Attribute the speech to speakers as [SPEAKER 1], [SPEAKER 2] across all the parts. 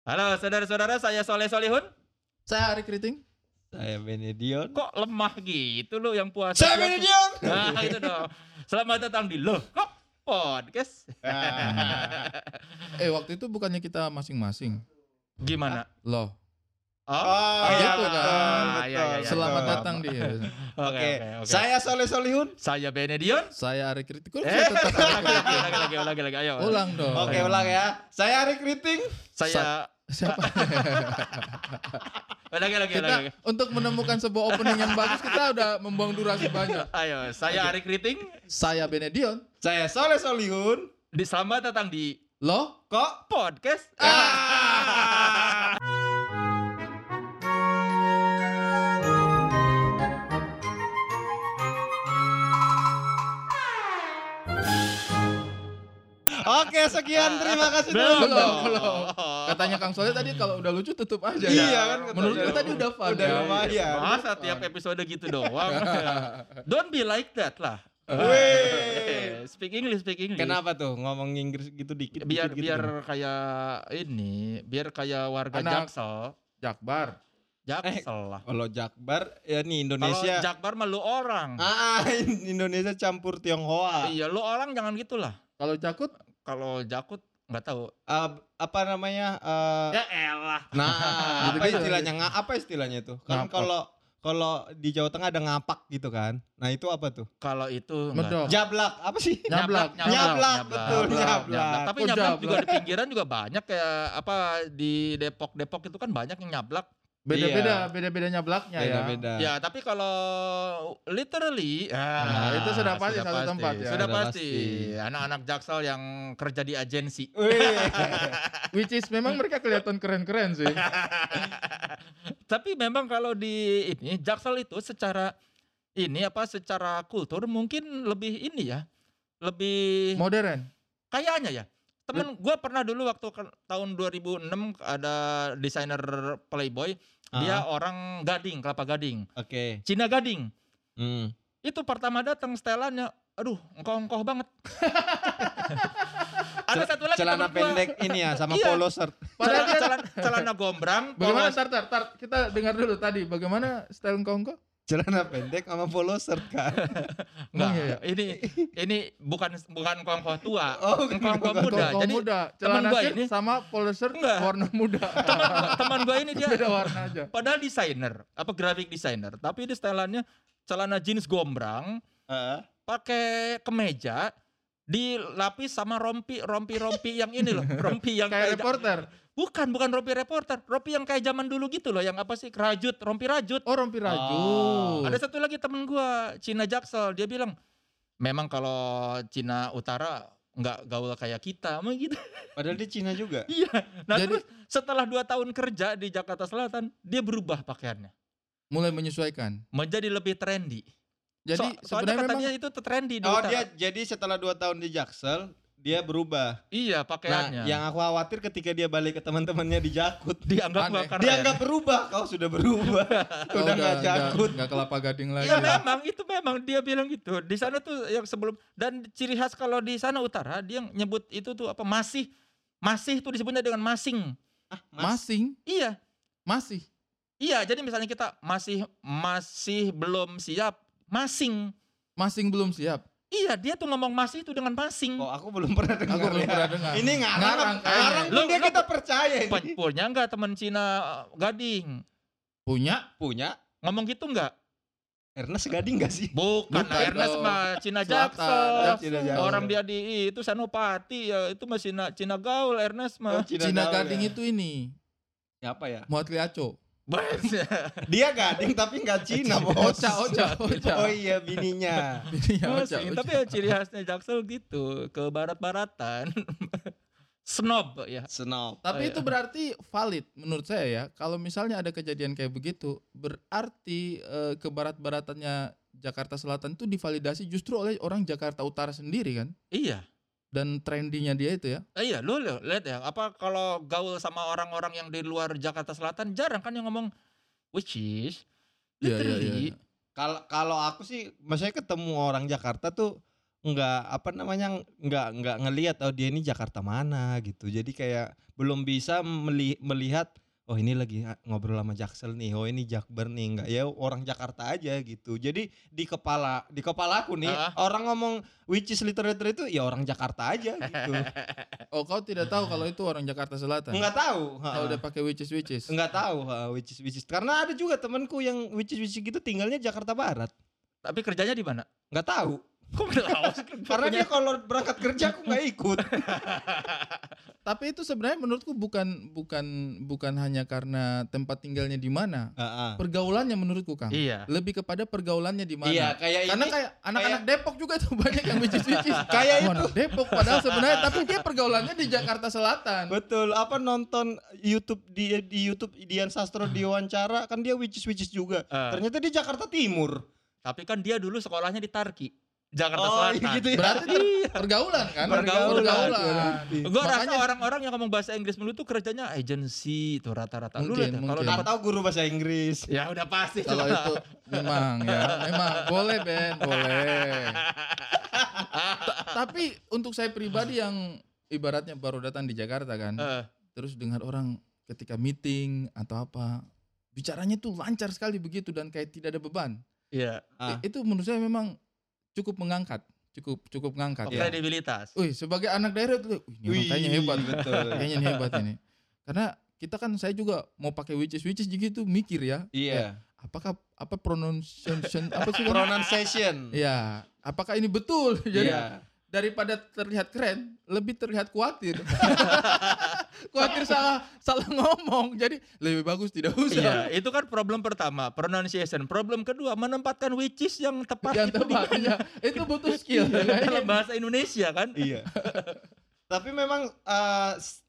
[SPEAKER 1] Halo saudara-saudara, saya Soleh Solihun.
[SPEAKER 2] Saya Ari Kriting.
[SPEAKER 3] Saya Benedion.
[SPEAKER 1] Kok lemah gitu lo yang puasa?
[SPEAKER 3] Saya
[SPEAKER 1] tiap-
[SPEAKER 3] Benedion.
[SPEAKER 1] Nah itu dong. Selamat datang di Loh Kok Podcast.
[SPEAKER 3] Ah.
[SPEAKER 2] Eh waktu itu bukannya kita masing-masing.
[SPEAKER 1] Gimana?
[SPEAKER 2] Loh,
[SPEAKER 1] Oh,
[SPEAKER 2] iya, betul,
[SPEAKER 1] betul, iya, iya, iya.
[SPEAKER 2] selamat datang di
[SPEAKER 1] oke
[SPEAKER 3] Oke,
[SPEAKER 1] oke oke.
[SPEAKER 3] saya Soleh Solihun.
[SPEAKER 1] Saya Benedion.
[SPEAKER 2] Saya Ari Kriting.
[SPEAKER 1] Eh,
[SPEAKER 2] Kok saya tetap Ari
[SPEAKER 1] lagi, lagi,
[SPEAKER 2] Kriting?
[SPEAKER 1] lagi, lagi, lagi, lagi, ayo.
[SPEAKER 2] Ulang dong.
[SPEAKER 3] Oke, ulang ya. Saya Ari Kriting.
[SPEAKER 1] Saya,
[SPEAKER 2] Siapa?
[SPEAKER 1] Oh, lagi, lagi, lagi, lagi.
[SPEAKER 2] kita untuk menemukan sebuah opening yang bagus kita udah membuang durasi banyak.
[SPEAKER 1] Ayo, saya Ari Kriting.
[SPEAKER 2] Saya Benedion.
[SPEAKER 3] Saya Soleh Solihun.
[SPEAKER 1] Di, selamat datang di
[SPEAKER 2] Loh,
[SPEAKER 3] Kok?
[SPEAKER 1] podcast.
[SPEAKER 3] Oke, sekian terima kasih
[SPEAKER 1] Belum
[SPEAKER 2] Belum,
[SPEAKER 1] dong.
[SPEAKER 2] belum. katanya Kang Soleh tadi kalau udah lucu tutup aja.
[SPEAKER 3] Iya kan kata
[SPEAKER 2] Menurut gue
[SPEAKER 3] dia.
[SPEAKER 2] tadi udah fun.
[SPEAKER 3] Udah
[SPEAKER 2] ya?
[SPEAKER 3] lumayan.
[SPEAKER 1] Masa tiap episode gitu doang. Don't be like that lah.
[SPEAKER 3] Weh.
[SPEAKER 1] Speak English, speak English.
[SPEAKER 3] Kenapa tuh ngomong Inggris gitu dikit?
[SPEAKER 1] Biar
[SPEAKER 3] dikit gitu?
[SPEAKER 1] biar kayak ini, biar kayak warga
[SPEAKER 2] Anak-
[SPEAKER 1] Jaksel.
[SPEAKER 2] Jakbar.
[SPEAKER 1] Jaksel lah.
[SPEAKER 3] kalau Jakbar ya nih
[SPEAKER 1] Kalau
[SPEAKER 3] Indonesia.
[SPEAKER 1] Jakbar mah lu orang.
[SPEAKER 3] Ah, Indonesia campur Tionghoa.
[SPEAKER 1] Iya, lu orang jangan gitulah.
[SPEAKER 2] Kalau Jakut,
[SPEAKER 1] Kalau Jakut nggak tahu.
[SPEAKER 3] Ah, apa namanya? ah,
[SPEAKER 1] Ya elah.
[SPEAKER 3] Nah, apa
[SPEAKER 2] Gitu-gitu.
[SPEAKER 3] istilahnya? Nga, apa istilahnya itu? Kan
[SPEAKER 2] Ngapak.
[SPEAKER 3] kalau kalau di Jawa Tengah ada ngapak gitu kan. Nah, itu apa tuh?
[SPEAKER 1] Kalau itu nggak.
[SPEAKER 2] medok.
[SPEAKER 3] Jablak, apa sih?
[SPEAKER 1] Ya,
[SPEAKER 2] Nyablak.
[SPEAKER 1] nyablak,
[SPEAKER 3] Nyablak, betul, nyablak.
[SPEAKER 1] Tapi
[SPEAKER 2] Kok
[SPEAKER 1] nyablak juga
[SPEAKER 2] nyablak?
[SPEAKER 1] di pinggiran juga banyak kayak apa di Depok-Depok itu kan banyak yang nyablak.
[SPEAKER 2] Beda-beda, beda-bedanya blaknya ya.
[SPEAKER 3] iya. Beda-beda.
[SPEAKER 1] Ya, tapi kalau literally, ah,
[SPEAKER 3] Nah, itu
[SPEAKER 2] sudah pasti satu tempat ya.
[SPEAKER 1] Sudah
[SPEAKER 3] Sudah
[SPEAKER 1] pasti.
[SPEAKER 3] pasti.
[SPEAKER 1] Anak-anak Jaksel yang kerja di agensi.
[SPEAKER 3] Wih.
[SPEAKER 2] Which is memang mereka kelihatan keren-keren sih.
[SPEAKER 1] Tapi memang kalau di ini Jaksel itu secara ini apa secara kultur mungkin lebih ini ya. Lebih
[SPEAKER 2] Modern.
[SPEAKER 1] kayaknya ya. Temen gua pernah dulu waktu ke- tahun 2006 ada desainer Playboy,
[SPEAKER 2] Ah.
[SPEAKER 1] dia orang Gading, Kelapa Gading,
[SPEAKER 3] Oke.
[SPEAKER 1] Cina Gading.
[SPEAKER 3] Hmm.
[SPEAKER 1] Itu pertama datang setelannya, aduh, engkoh-engkoh banget. ada satu lagi
[SPEAKER 3] Celana
[SPEAKER 1] temen gua.
[SPEAKER 3] pendek ini ya sama
[SPEAKER 1] Iya.
[SPEAKER 3] polo shirt.
[SPEAKER 2] Padahal
[SPEAKER 1] celana,
[SPEAKER 2] dia
[SPEAKER 1] celana, celana gombrang,
[SPEAKER 2] bagaimana
[SPEAKER 1] polos.
[SPEAKER 2] tar, tar, tar, kita dengar dulu tadi bagaimana style kongko?
[SPEAKER 3] Celana pendek sama polo shirt kan.
[SPEAKER 1] Nggak,
[SPEAKER 2] Oh, iya, iya.
[SPEAKER 1] ini ini bukan bukan engkoh-engkoh tua,
[SPEAKER 3] Oh,
[SPEAKER 1] engkoh-engkoh
[SPEAKER 3] bukan
[SPEAKER 1] muda.
[SPEAKER 2] Kongko
[SPEAKER 1] Jadi
[SPEAKER 2] muda,
[SPEAKER 1] temen
[SPEAKER 2] celana
[SPEAKER 1] gua
[SPEAKER 2] shirt
[SPEAKER 1] ini-
[SPEAKER 2] sama polo shirt
[SPEAKER 1] Enggak.
[SPEAKER 2] warna muda.
[SPEAKER 1] eh, teman gua ini dia
[SPEAKER 2] Beda warna aja.
[SPEAKER 1] padahal desainer, apa graphic designer, tapi dia setelannya celana jeans gombrang,
[SPEAKER 3] Heeh.
[SPEAKER 1] pakai kemeja dilapis sama rompi rompi rompi yang ini loh rompi yang kayak,
[SPEAKER 2] Kayak reporter.
[SPEAKER 1] bukan bukan rompi reporter rompi yang kayak zaman dulu gitu loh yang apa sih rajut rompi rajut
[SPEAKER 2] Oh, rompi raju.
[SPEAKER 3] Oh.
[SPEAKER 1] ada satu lagi temen gua Cina Jaksel dia bilang memang kalau Cina Utara nggak gaul kayak kita emang gitu
[SPEAKER 3] Padahal dia Cina juga.
[SPEAKER 1] iya nah terus
[SPEAKER 2] Jadi-
[SPEAKER 1] setelah dua tahun kerja di Jakarta Selatan dia berubah pakaiannya
[SPEAKER 2] Mulai menyesuaikan.
[SPEAKER 1] menjadi lebih trendy
[SPEAKER 2] Jadi
[SPEAKER 1] So- soalnya
[SPEAKER 2] sebenarnya memang
[SPEAKER 1] katanya itu trendy di
[SPEAKER 3] Oh,
[SPEAKER 1] Utara.
[SPEAKER 3] dia jadi setelah dua tahun di Jaksel, dia berubah.
[SPEAKER 1] iya
[SPEAKER 3] Nah,
[SPEAKER 1] pakaiannya
[SPEAKER 3] yang aku khawatir ketika dia balik ke teman-temannya di Jakut.
[SPEAKER 1] dianggap ya. nggak
[SPEAKER 2] Aneh.
[SPEAKER 1] keren
[SPEAKER 3] Dia nggak berubah, kau sudah berubah.
[SPEAKER 2] oh,
[SPEAKER 3] udah nggak jakut.
[SPEAKER 2] nggak kelapa gading lagi.
[SPEAKER 1] Iya memang itu memang dia bilang gitu. Di sana tuh yang sebelum dan ciri khas kalau di sana utara dia nyebut itu tuh apa masih masih tuh disebutnya dengan masing.
[SPEAKER 2] Masing,
[SPEAKER 1] Iya.
[SPEAKER 2] masih.
[SPEAKER 1] Iya, jadi misalnya kita masih masih belum siap masing.
[SPEAKER 2] Masing belum siap.
[SPEAKER 1] Iya, dia tuh ngomong masih itu dengan masing.
[SPEAKER 3] Kok aku belum pernah dengar.
[SPEAKER 2] Aku belum
[SPEAKER 3] ya?
[SPEAKER 2] pernah dengar.
[SPEAKER 3] Ini ngarang,
[SPEAKER 2] Ngarang eh.
[SPEAKER 3] ngarang,
[SPEAKER 2] kayaknya.
[SPEAKER 3] pun
[SPEAKER 1] Lu-
[SPEAKER 3] dia
[SPEAKER 1] lu-
[SPEAKER 3] kita percaya ini.
[SPEAKER 1] Pen- Punya enggak teman Cina eh, Gading?
[SPEAKER 2] Punya
[SPEAKER 3] Punya
[SPEAKER 1] Ngomong gitu enggak?
[SPEAKER 3] Ernest Gading gak sih?
[SPEAKER 1] Bukan,
[SPEAKER 2] Bukan
[SPEAKER 1] Ernest
[SPEAKER 2] dong.
[SPEAKER 1] mah Cina
[SPEAKER 2] Selatan,
[SPEAKER 1] Jaksel.
[SPEAKER 2] Jaksel.
[SPEAKER 3] Oh. Cina Jaksel.
[SPEAKER 1] Orang dia di itu Senopati ya itu masih Cina, Cina gaul Ernest
[SPEAKER 3] Oh,
[SPEAKER 1] mah.
[SPEAKER 2] Cina
[SPEAKER 3] Gaul
[SPEAKER 2] gading
[SPEAKER 3] ya.
[SPEAKER 2] itu ini.
[SPEAKER 3] siapa ya?
[SPEAKER 2] Muat liaco.
[SPEAKER 3] Dia Gading tapi gak Cina, Bos.
[SPEAKER 2] Oca, oca, oca.
[SPEAKER 3] Oh iya, bininya.
[SPEAKER 2] Ini ya, oca,
[SPEAKER 1] Masih,
[SPEAKER 2] oca.
[SPEAKER 1] tapi ya ciri khasnya Jaksel gitu, ke barat-baratan. Snob ya.
[SPEAKER 3] Snob.
[SPEAKER 1] Oh,
[SPEAKER 2] Tapi
[SPEAKER 1] iya.
[SPEAKER 2] itu berarti valid menurut saya ya. Kalau misalnya ada kejadian kayak begitu, berarti eh, kebarat-baratannya Jakarta Selatan itu divalidasi justru oleh orang Jakarta Utara sendiri kan?
[SPEAKER 1] Iya.
[SPEAKER 2] Dan trendinya dia itu ya.
[SPEAKER 1] Eh, iya, lu lu lihat ya, apa kalau gaul sama orang-orang yang di luar Jakarta Selatan jarang kan yang ngomong which is
[SPEAKER 2] Iya, iya, iya,
[SPEAKER 1] literally.
[SPEAKER 2] iya.
[SPEAKER 3] Kalau kalau aku sih maksudnya ketemu orang Jakarta tuh nggak apa namanya nggak nggak ngelihat oh dia ini Jakarta mana gitu jadi kayak belum bisa meli- melihat oh ini lagi a- ngobrol sama Jaksel nih oh ini Jakbar nih nggak ya orang Jakarta aja gitu jadi di kepala di kepala aku nih
[SPEAKER 1] Ah.
[SPEAKER 3] orang ngomong which is literature itu ya orang Jakarta aja gitu
[SPEAKER 1] Eh.
[SPEAKER 2] Oh kau tidak tahu kalau itu orang Jakarta Selatan.
[SPEAKER 3] nggak tahu ha.
[SPEAKER 2] Kau udah pakai witches witches.
[SPEAKER 3] nggak tahu ha, which is which is karena ada juga temanku yang which is which is gitu tinggalnya Jakarta Barat
[SPEAKER 1] Tapi kerjanya di mana?
[SPEAKER 3] nggak tahu
[SPEAKER 1] Kok melawas?
[SPEAKER 3] karena dia kalau berangkat kerja aku nggak ikut
[SPEAKER 2] Tapi itu sebenarnya menurutku bukan bukan bukan hanya karena tempat tinggalnya di mana.
[SPEAKER 3] Ah, ah.
[SPEAKER 2] Pergaulannya menurutku Kang.
[SPEAKER 1] Iya.
[SPEAKER 2] Lebih kepada pergaulannya di mana.
[SPEAKER 3] iya kayak
[SPEAKER 2] Karena
[SPEAKER 3] ini-
[SPEAKER 2] kayak anak-anak Depok juga tuh banyak yang witches-witches.
[SPEAKER 3] Kayak
[SPEAKER 2] itu. Anak Depok padahal sebenarnya tapi dia pergaulannya di Jakarta Selatan.
[SPEAKER 3] Betul, apa nonton YouTube di di YouTube Dian Sastro diwawancara kan dia witches witches juga.
[SPEAKER 1] Eh.
[SPEAKER 3] Ternyata dia Jakarta Timur.
[SPEAKER 1] Tapi kan dia dulu sekolahnya di Tarki, Jakarta
[SPEAKER 3] Oh, iya
[SPEAKER 1] Selatan.
[SPEAKER 3] gitu ya.
[SPEAKER 2] Berarti ter- pergaulan kan?
[SPEAKER 1] Pergaulan.
[SPEAKER 3] Iya,
[SPEAKER 2] Pergaulan.
[SPEAKER 1] Gue rasa
[SPEAKER 2] Makanya-
[SPEAKER 1] orang-orang yang ngomong bahasa Inggris dulu tuh kerjanya agency itu rata-rata. Lu lihat ya,
[SPEAKER 2] Mungkin,
[SPEAKER 1] kalau
[SPEAKER 2] mungkin.
[SPEAKER 1] dapat
[SPEAKER 3] Atau guru bahasa Inggris.
[SPEAKER 1] ya udah pasti
[SPEAKER 2] Kalau
[SPEAKER 1] lah.
[SPEAKER 2] itu memang ya, memang boleh Ben, boleh. Ta- Tapi untuk saya pribadi yang ibaratnya baru datang di Jakarta kan,
[SPEAKER 1] Eh,
[SPEAKER 2] terus dengar orang ketika meeting atau apa, bicaranya tuh lancar sekali begitu dan kayak tidak ada beban.
[SPEAKER 1] Iya,
[SPEAKER 3] Ah.
[SPEAKER 2] I- Itu menurut saya memang cukup mengangkat, cukup cukup mengangkat.
[SPEAKER 1] Oh,
[SPEAKER 2] ya.
[SPEAKER 1] kredibilitas.
[SPEAKER 2] Wih, sebagai anak daerah tuh, wih, ini orang
[SPEAKER 3] Wih,
[SPEAKER 2] kayaknya hebat,
[SPEAKER 3] betul.
[SPEAKER 2] kayaknya ini hebat ini. Karena kita kan saya juga mau pakai witches witches gitu mikir ya.
[SPEAKER 3] Iya.
[SPEAKER 2] Apakah apa pronunciation apa sih? Kang?
[SPEAKER 3] Pronunciation.
[SPEAKER 2] Ya, apakah ini betul? Jadi
[SPEAKER 3] Iya.
[SPEAKER 2] daripada terlihat keren, lebih terlihat khawatir. khawatir salah salah ngomong. Jadi lebih bagus tidak usah.
[SPEAKER 1] Iya, itu kan problem pertama, pronunciation. Problem kedua, menempatkan witches yang tepat
[SPEAKER 2] Yang
[SPEAKER 1] itu di-
[SPEAKER 2] tebak ya. Itu butuh skill.
[SPEAKER 1] dalam bahasa Indonesia kan.
[SPEAKER 3] Iya. Tapi memang eh, s-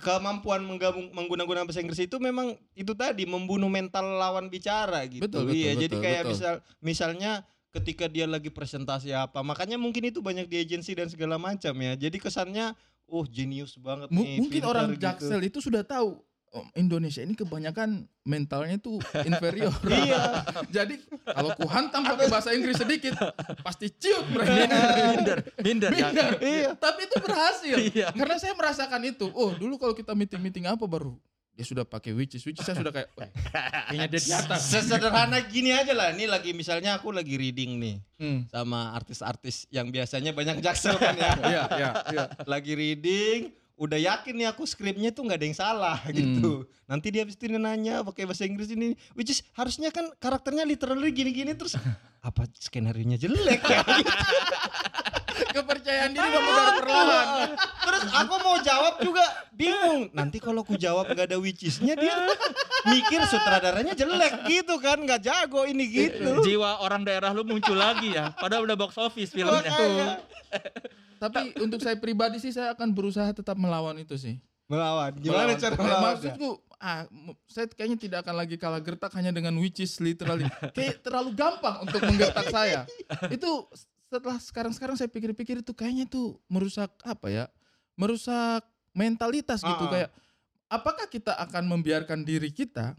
[SPEAKER 3] kemampuan menggabung menggunakan bahasa Inggris itu memang itu tadi membunuh mental lawan bicara gitu.
[SPEAKER 2] Betul, betul,
[SPEAKER 3] iya,
[SPEAKER 2] betul,
[SPEAKER 3] jadi kayak
[SPEAKER 2] betul.
[SPEAKER 3] misal misalnya ketika dia lagi presentasi apa, makanya mungkin itu banyak di agensi dan segala macam ya. Jadi kesannya oh jenius banget
[SPEAKER 2] Mu-
[SPEAKER 3] nih.
[SPEAKER 2] mungkin
[SPEAKER 3] pintar
[SPEAKER 2] orang
[SPEAKER 3] gitu.
[SPEAKER 2] Jaksel itu sudah tahu "Oh, Indonesia ini kebanyakan mentalnya itu inferior.
[SPEAKER 3] Iya.
[SPEAKER 2] Jadi kalau ku hantam pakai bahasa Inggris sedikit pasti ciut mereka.
[SPEAKER 1] Minder, minder, minder. ya.
[SPEAKER 2] Minder. Tapi itu berhasil.
[SPEAKER 1] Iya.
[SPEAKER 2] Karena saya merasakan itu. Oh, dulu kalau kita meeting-meeting apa baru dia sudah pakai witches, witches saya sudah kayak "Wah, kayaknya dia di atas.
[SPEAKER 3] Sesederhana gini aja lah. Ini lagi misalnya aku lagi reading nih
[SPEAKER 2] Hmm.
[SPEAKER 3] sama artis-artis yang biasanya banyak jaksel kan ya.
[SPEAKER 2] Iya, iya, iya.
[SPEAKER 3] lagi reading udah yakin nih aku skripnya tuh nggak ada yang salah gitu nanti dia habis itu nanya pakai bahasa Inggris ini which is harusnya kan karakternya literally gini-gini terus apa skenario nya jelek ya gitu.
[SPEAKER 2] Kepercayaan diri memutar perlahan.
[SPEAKER 3] terus aku mau jawab juga bingung nanti kalau aku jawab nggak ada witchesnya dia mikir sutradaranya jelek gitu kan nggak jago ini gitu
[SPEAKER 1] Jiwa orang daerah lu muncul lagi ya. Padahal udah box office filmnya.
[SPEAKER 3] Makanya.
[SPEAKER 2] Tapi untuk saya pribadi sih saya akan berusaha tetap melawan itu sih.
[SPEAKER 3] melawan gimana
[SPEAKER 2] Melawan.
[SPEAKER 3] cara
[SPEAKER 2] Ya,
[SPEAKER 3] melawan
[SPEAKER 2] Maksudku, ah, m- saya kayaknya tidak akan lagi kalah gertak hanya dengan witches literally. Kayak terlalu gampang untuk menggertak saya. Itu setelah sekarang-sekarang saya pikir-pikir itu kayaknya tuh merusak apa ya? Merusak mentalitas gitu
[SPEAKER 3] Ah, ah.
[SPEAKER 2] kayak apakah kita akan membiarkan diri kita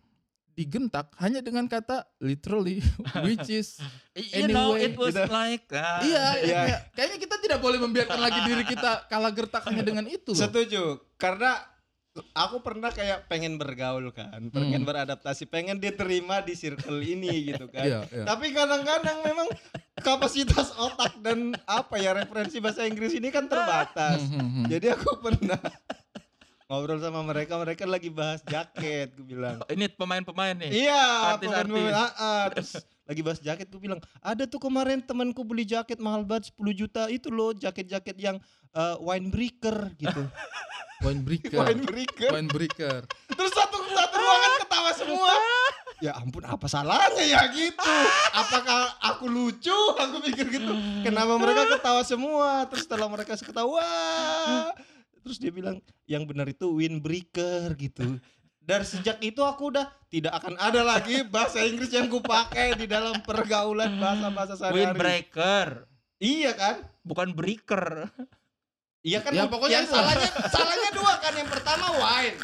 [SPEAKER 2] digentak hanya dengan kata literally witches.
[SPEAKER 1] You know
[SPEAKER 2] Anyway,
[SPEAKER 1] it was
[SPEAKER 3] gitu.
[SPEAKER 1] like ah.
[SPEAKER 2] iya,
[SPEAKER 3] Iya.
[SPEAKER 2] kayak- kayaknya kita tidak boleh membiarkan lagi diri kita kalah gertak hanya dengan itu. loh.
[SPEAKER 3] Setuju. Karena aku pernah kayak pengen bergaul kan, pengen
[SPEAKER 2] Hmm.
[SPEAKER 3] beradaptasi, pengen diterima di circle ini gitu kan.
[SPEAKER 2] Iya, iya.
[SPEAKER 3] Tapi kadang-kadang memang kapasitas otak dan apa ya referensi bahasa Inggris ini kan terbatas.
[SPEAKER 2] Hmm, hmm, hmm.
[SPEAKER 3] Jadi aku pernah ngobrol sama mereka, mereka lagi bahas jaket, gue bilang.
[SPEAKER 1] Ini pemain-pemain nih.
[SPEAKER 3] Iya,
[SPEAKER 1] Artis-artis.
[SPEAKER 3] pemain-pemain, ah, ah. terus lagi bahas jaket gue bilang, ada tuh kemarin temanku beli jaket mahal banget 10 juta itu loh, jaket-jaket yang eh, wine breaker gitu.
[SPEAKER 2] Point breaker.
[SPEAKER 3] wine breaker.
[SPEAKER 2] Point breaker.
[SPEAKER 3] Terus satu satu ruangan ketawa semua. Ya ampun apa salahnya ya gitu. Apakah aku lucu? Aku pikir gitu. Kenapa mereka ketawa semua? Terus setelah mereka ketawa, terus dia bilang yang benar itu windbreaker gitu. Dari sejak itu aku udah tidak akan ada lagi bahasa Inggris yang kupakai di dalam pergaulan bahasa-bahasa sehari-hari.
[SPEAKER 1] Windbreaker,
[SPEAKER 3] Iya kan?
[SPEAKER 1] bukan breaker.
[SPEAKER 3] Iya kan?
[SPEAKER 2] Ya,
[SPEAKER 3] bu-
[SPEAKER 2] pokoknya
[SPEAKER 3] yang
[SPEAKER 2] itu.
[SPEAKER 3] salahnya salahnya dua kan. Yang pertama wine.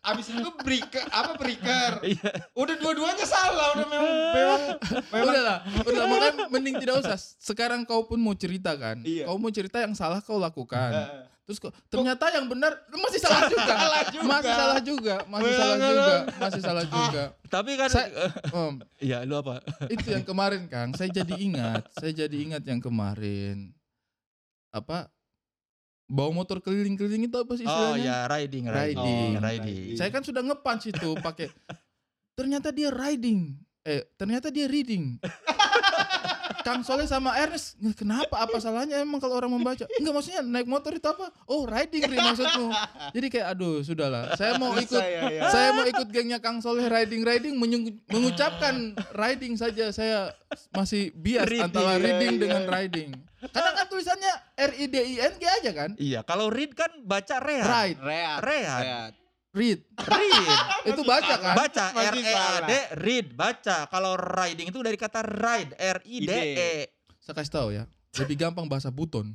[SPEAKER 3] abis itu breaker apa breaker
[SPEAKER 1] Iya.
[SPEAKER 3] udah dua-duanya salah udah memang memang memang
[SPEAKER 2] udah lah, udah lah, makanya mending tidak usah. Sekarang kau pun mau cerita kan?
[SPEAKER 3] Iya.
[SPEAKER 2] Kau mau cerita yang salah kau lakukan.
[SPEAKER 3] Eh,
[SPEAKER 2] Terus kok ternyata yang benar masih salah juga.
[SPEAKER 3] Salah juga.
[SPEAKER 2] Masih salah juga, masih
[SPEAKER 3] Bener,
[SPEAKER 2] salah
[SPEAKER 3] bener.
[SPEAKER 2] juga, masih salah juga.
[SPEAKER 1] Tapi kan
[SPEAKER 2] Saya- Om,
[SPEAKER 1] Iya, lu apa?
[SPEAKER 2] itu yang kemarin Kang, saya jadi ingat, saya jadi ingat yang kemarin. Apa bawa motor keliling-keliling itu apa sih
[SPEAKER 1] Oh ya
[SPEAKER 2] istilahnya?
[SPEAKER 1] riding,
[SPEAKER 2] Riding.
[SPEAKER 3] Oh,
[SPEAKER 1] riding, riding.
[SPEAKER 3] Riding.
[SPEAKER 2] Saya kan sudah ngepans itu pakai. Ternyata dia riding. Eh, ternyata dia reading. Kang Soleh sama Ernest, "Nggak, kenapa? Apa salahnya emang kalau orang membaca? Enggak maksudnya naik motor itu apa? Oh riding Ri, maksudmu. Jadi kayak aduh sudahlah, saya mau
[SPEAKER 3] susah
[SPEAKER 2] ikut.
[SPEAKER 3] ya, ya.
[SPEAKER 2] Saya mau ikut gengnya Kang Soleh riding riding menyung- mengucapkan riding saja saya masih bias
[SPEAKER 1] Reading,
[SPEAKER 2] antara
[SPEAKER 3] ya,
[SPEAKER 2] reading
[SPEAKER 3] ya.
[SPEAKER 2] dengan riding. Kadang kan tulisannya R I D I N G aja kan?
[SPEAKER 1] Iya, kalau read kan baca
[SPEAKER 3] Iya.
[SPEAKER 1] read.
[SPEAKER 2] Right,
[SPEAKER 3] rehat
[SPEAKER 1] Rehat.
[SPEAKER 3] rehat.
[SPEAKER 2] read.
[SPEAKER 1] Read.
[SPEAKER 2] Itu baca kan?
[SPEAKER 1] Baca R
[SPEAKER 3] Masih
[SPEAKER 1] E A D
[SPEAKER 3] salah.
[SPEAKER 1] read baca. Kalau riding itu dari kata ride R I D E.
[SPEAKER 2] saya kasih tahu ya lebih gampang bahasa buton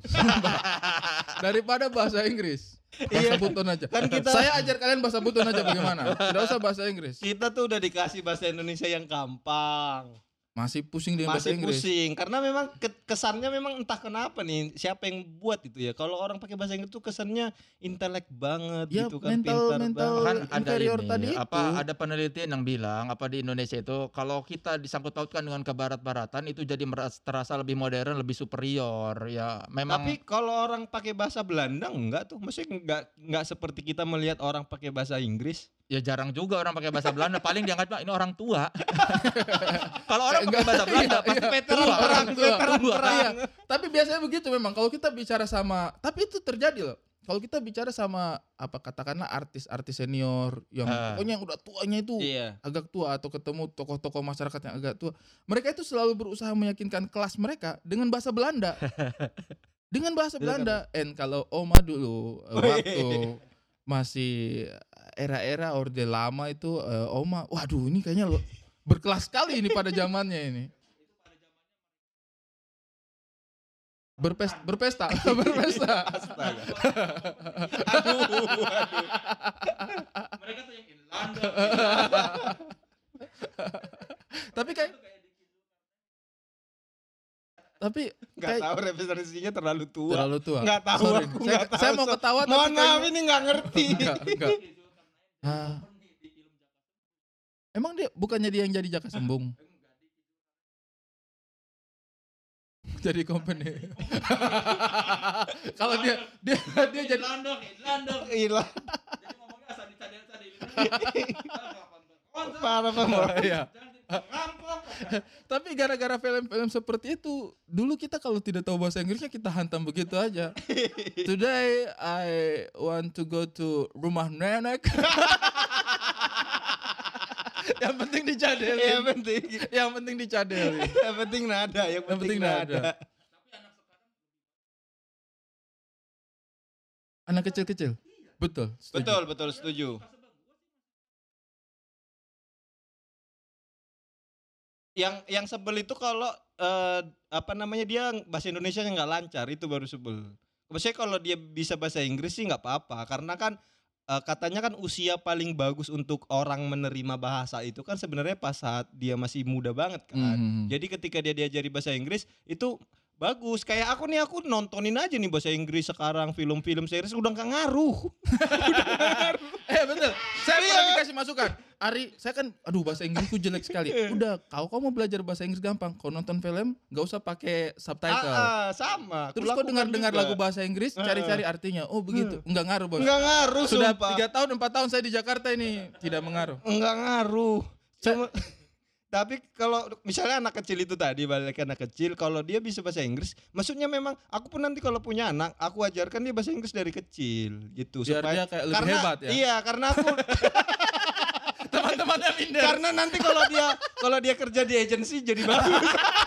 [SPEAKER 2] daripada bahasa Inggris bahasa
[SPEAKER 3] Iya.
[SPEAKER 2] buton aja
[SPEAKER 3] Kan kita-
[SPEAKER 2] saya ajar kalian bahasa buton aja bagaimana tidak usah bahasa Inggris
[SPEAKER 3] kita tuh udah dikasih bahasa Indonesia yang gampang
[SPEAKER 2] masih pusing dengan Iya, bahasa
[SPEAKER 3] masih
[SPEAKER 2] Inggris
[SPEAKER 3] pusing karena memang ke- kesannya memang entah kenapa nih siapa yang buat itu ya kalau orang pakai bahasa Inggris tuh kesannya intelek banget
[SPEAKER 2] Ya,
[SPEAKER 3] gitu kan
[SPEAKER 2] mental-
[SPEAKER 3] pintar
[SPEAKER 2] mental-
[SPEAKER 3] banget
[SPEAKER 1] Kan ada
[SPEAKER 2] inferior
[SPEAKER 1] ini,
[SPEAKER 2] tadi
[SPEAKER 1] apa
[SPEAKER 2] itu.
[SPEAKER 1] ada penelitian yang bilang apa di Indonesia itu kalau kita disangkut pautkan dengan kebarat-baratan itu jadi meras- terasa lebih modern, lebih superior. Ya, memang
[SPEAKER 3] tapi kalau orang pakai bahasa Belanda enggak tuh maksudnya enggak enggak seperti kita melihat orang pakai bahasa Inggris
[SPEAKER 1] ya jarang juga orang pakai bahasa Belanda, paling dianggap "Ah, ini orang tua. kalau orang pakai
[SPEAKER 2] Saya enggak-
[SPEAKER 1] bahasa Belanda
[SPEAKER 2] iya,
[SPEAKER 1] pasti
[SPEAKER 2] iya.
[SPEAKER 1] veteran
[SPEAKER 2] Tua,
[SPEAKER 1] orang
[SPEAKER 2] tua,
[SPEAKER 1] veteran
[SPEAKER 2] tua.
[SPEAKER 1] perang.
[SPEAKER 2] Iya. tapi biasanya begitu memang kalau kita bicara sama tapi itu terjadi loh kalau kita bicara sama apa katakanlah artis-artis senior yang
[SPEAKER 1] Ah.
[SPEAKER 2] pokoknya yang udah tuanya itu
[SPEAKER 3] iya
[SPEAKER 2] agak tua atau ketemu tokoh-tokoh masyarakat yang agak tua, mereka itu selalu berusaha meyakinkan kelas mereka dengan bahasa Belanda. dengan bahasa
[SPEAKER 3] Silakan.
[SPEAKER 2] Belanda. And kalau Oma dulu eh, waktu masih era-era orde lama itu eh, Oma, waduh ini kayaknya lo- berkelas sekali ini pada zamannya ini. Berpesta, berpesta, berpesta.
[SPEAKER 3] Astaga. aduh, aduh.
[SPEAKER 1] Mereka tuh yang in London.
[SPEAKER 2] Tapi kayak tapi
[SPEAKER 3] nggak
[SPEAKER 2] kayak-
[SPEAKER 3] tahu referensinya terlalu tua
[SPEAKER 2] terlalu tua.
[SPEAKER 3] nggak tahu
[SPEAKER 2] Sorry,
[SPEAKER 3] aku
[SPEAKER 2] saya,
[SPEAKER 3] nggak tahu
[SPEAKER 2] saya mau ketawa tapi
[SPEAKER 3] mohon maaf
[SPEAKER 2] kayaknya-
[SPEAKER 3] ini nggak ngerti
[SPEAKER 2] Enggak, enggak. Ah. Emang dia bukannya dia yang jadi jaka sembung? jadi company. Kalau dia dia dia jadi
[SPEAKER 1] London, in London.
[SPEAKER 3] Gila,
[SPEAKER 1] Jadi ngomongnya asal dicadel-cadel.
[SPEAKER 3] parah banget
[SPEAKER 2] Iya.
[SPEAKER 1] Rampok.
[SPEAKER 2] Tapi gara-gara film-film seperti itu, dulu kita kalau tidak tahu bahasa Inggrisnya kita hantam begitu aja. Today I want to go to rumah nenek. yang penting
[SPEAKER 3] yang
[SPEAKER 2] dicadelin.
[SPEAKER 3] penting
[SPEAKER 2] yang penting dicadelin.
[SPEAKER 3] yang penting nada yang
[SPEAKER 2] Yang penting
[SPEAKER 3] penting nada
[SPEAKER 2] nada. Anak kecil-kecil. Betul. setuju.
[SPEAKER 3] betul betul setuju yang yang sebel itu kalau eh, apa namanya dia bahasa Indonesia yang nggak lancar itu baru sebel. Maksudnya kalau dia bisa bahasa Inggris sih nggak apa-apa karena kan eh, katanya kan usia paling bagus untuk orang menerima bahasa itu kan sebenarnya pas saat dia masih muda banget kan.
[SPEAKER 2] Mhm.
[SPEAKER 3] Jadi ketika dia diajari bahasa Inggris itu bagus. Kayak aku nih aku nontonin aja nih bahasa Inggris sekarang film-film series udah nggak ngaruh.
[SPEAKER 2] Eh betul. Saya
[SPEAKER 3] Iya.
[SPEAKER 2] pernah dikasih masukan. Ari, saya kan aduh bahasa Inggrisku jelek sekali. Udah, kau kau mau belajar bahasa Inggris gampang. Kau nonton film gak usah pakai subtitle.
[SPEAKER 3] Ah, ah, sama. Aku
[SPEAKER 2] Terus kau
[SPEAKER 3] lakukan
[SPEAKER 2] dengar-dengar
[SPEAKER 3] juga. Hmm.
[SPEAKER 2] lagu bahasa Inggris, cari-cari artinya. Oh begitu. Enggak ngaruh, Bos.
[SPEAKER 3] Nggak ngaruh
[SPEAKER 2] Sudah
[SPEAKER 3] sumpah.
[SPEAKER 2] tiga tahun, empat tahun saya di Jakarta ini tidak mengaruh.
[SPEAKER 3] Enggak ngaruh.
[SPEAKER 2] Eh.
[SPEAKER 3] Cuma tapi kalau misalnya anak kecil itu tadi balik ke anak kecil kalau dia bisa bahasa Inggris, maksudnya memang aku pun nanti kalau punya anak, aku ajarkan dia bahasa Inggris dari kecil gitu
[SPEAKER 2] Biar dia kayak lebih
[SPEAKER 3] karena,
[SPEAKER 2] hebat ya.
[SPEAKER 3] Iya, karena aku
[SPEAKER 2] Teman-temannya minder.
[SPEAKER 3] karena nanti kalau dia kalau dia kerja di agensi jadi bagus.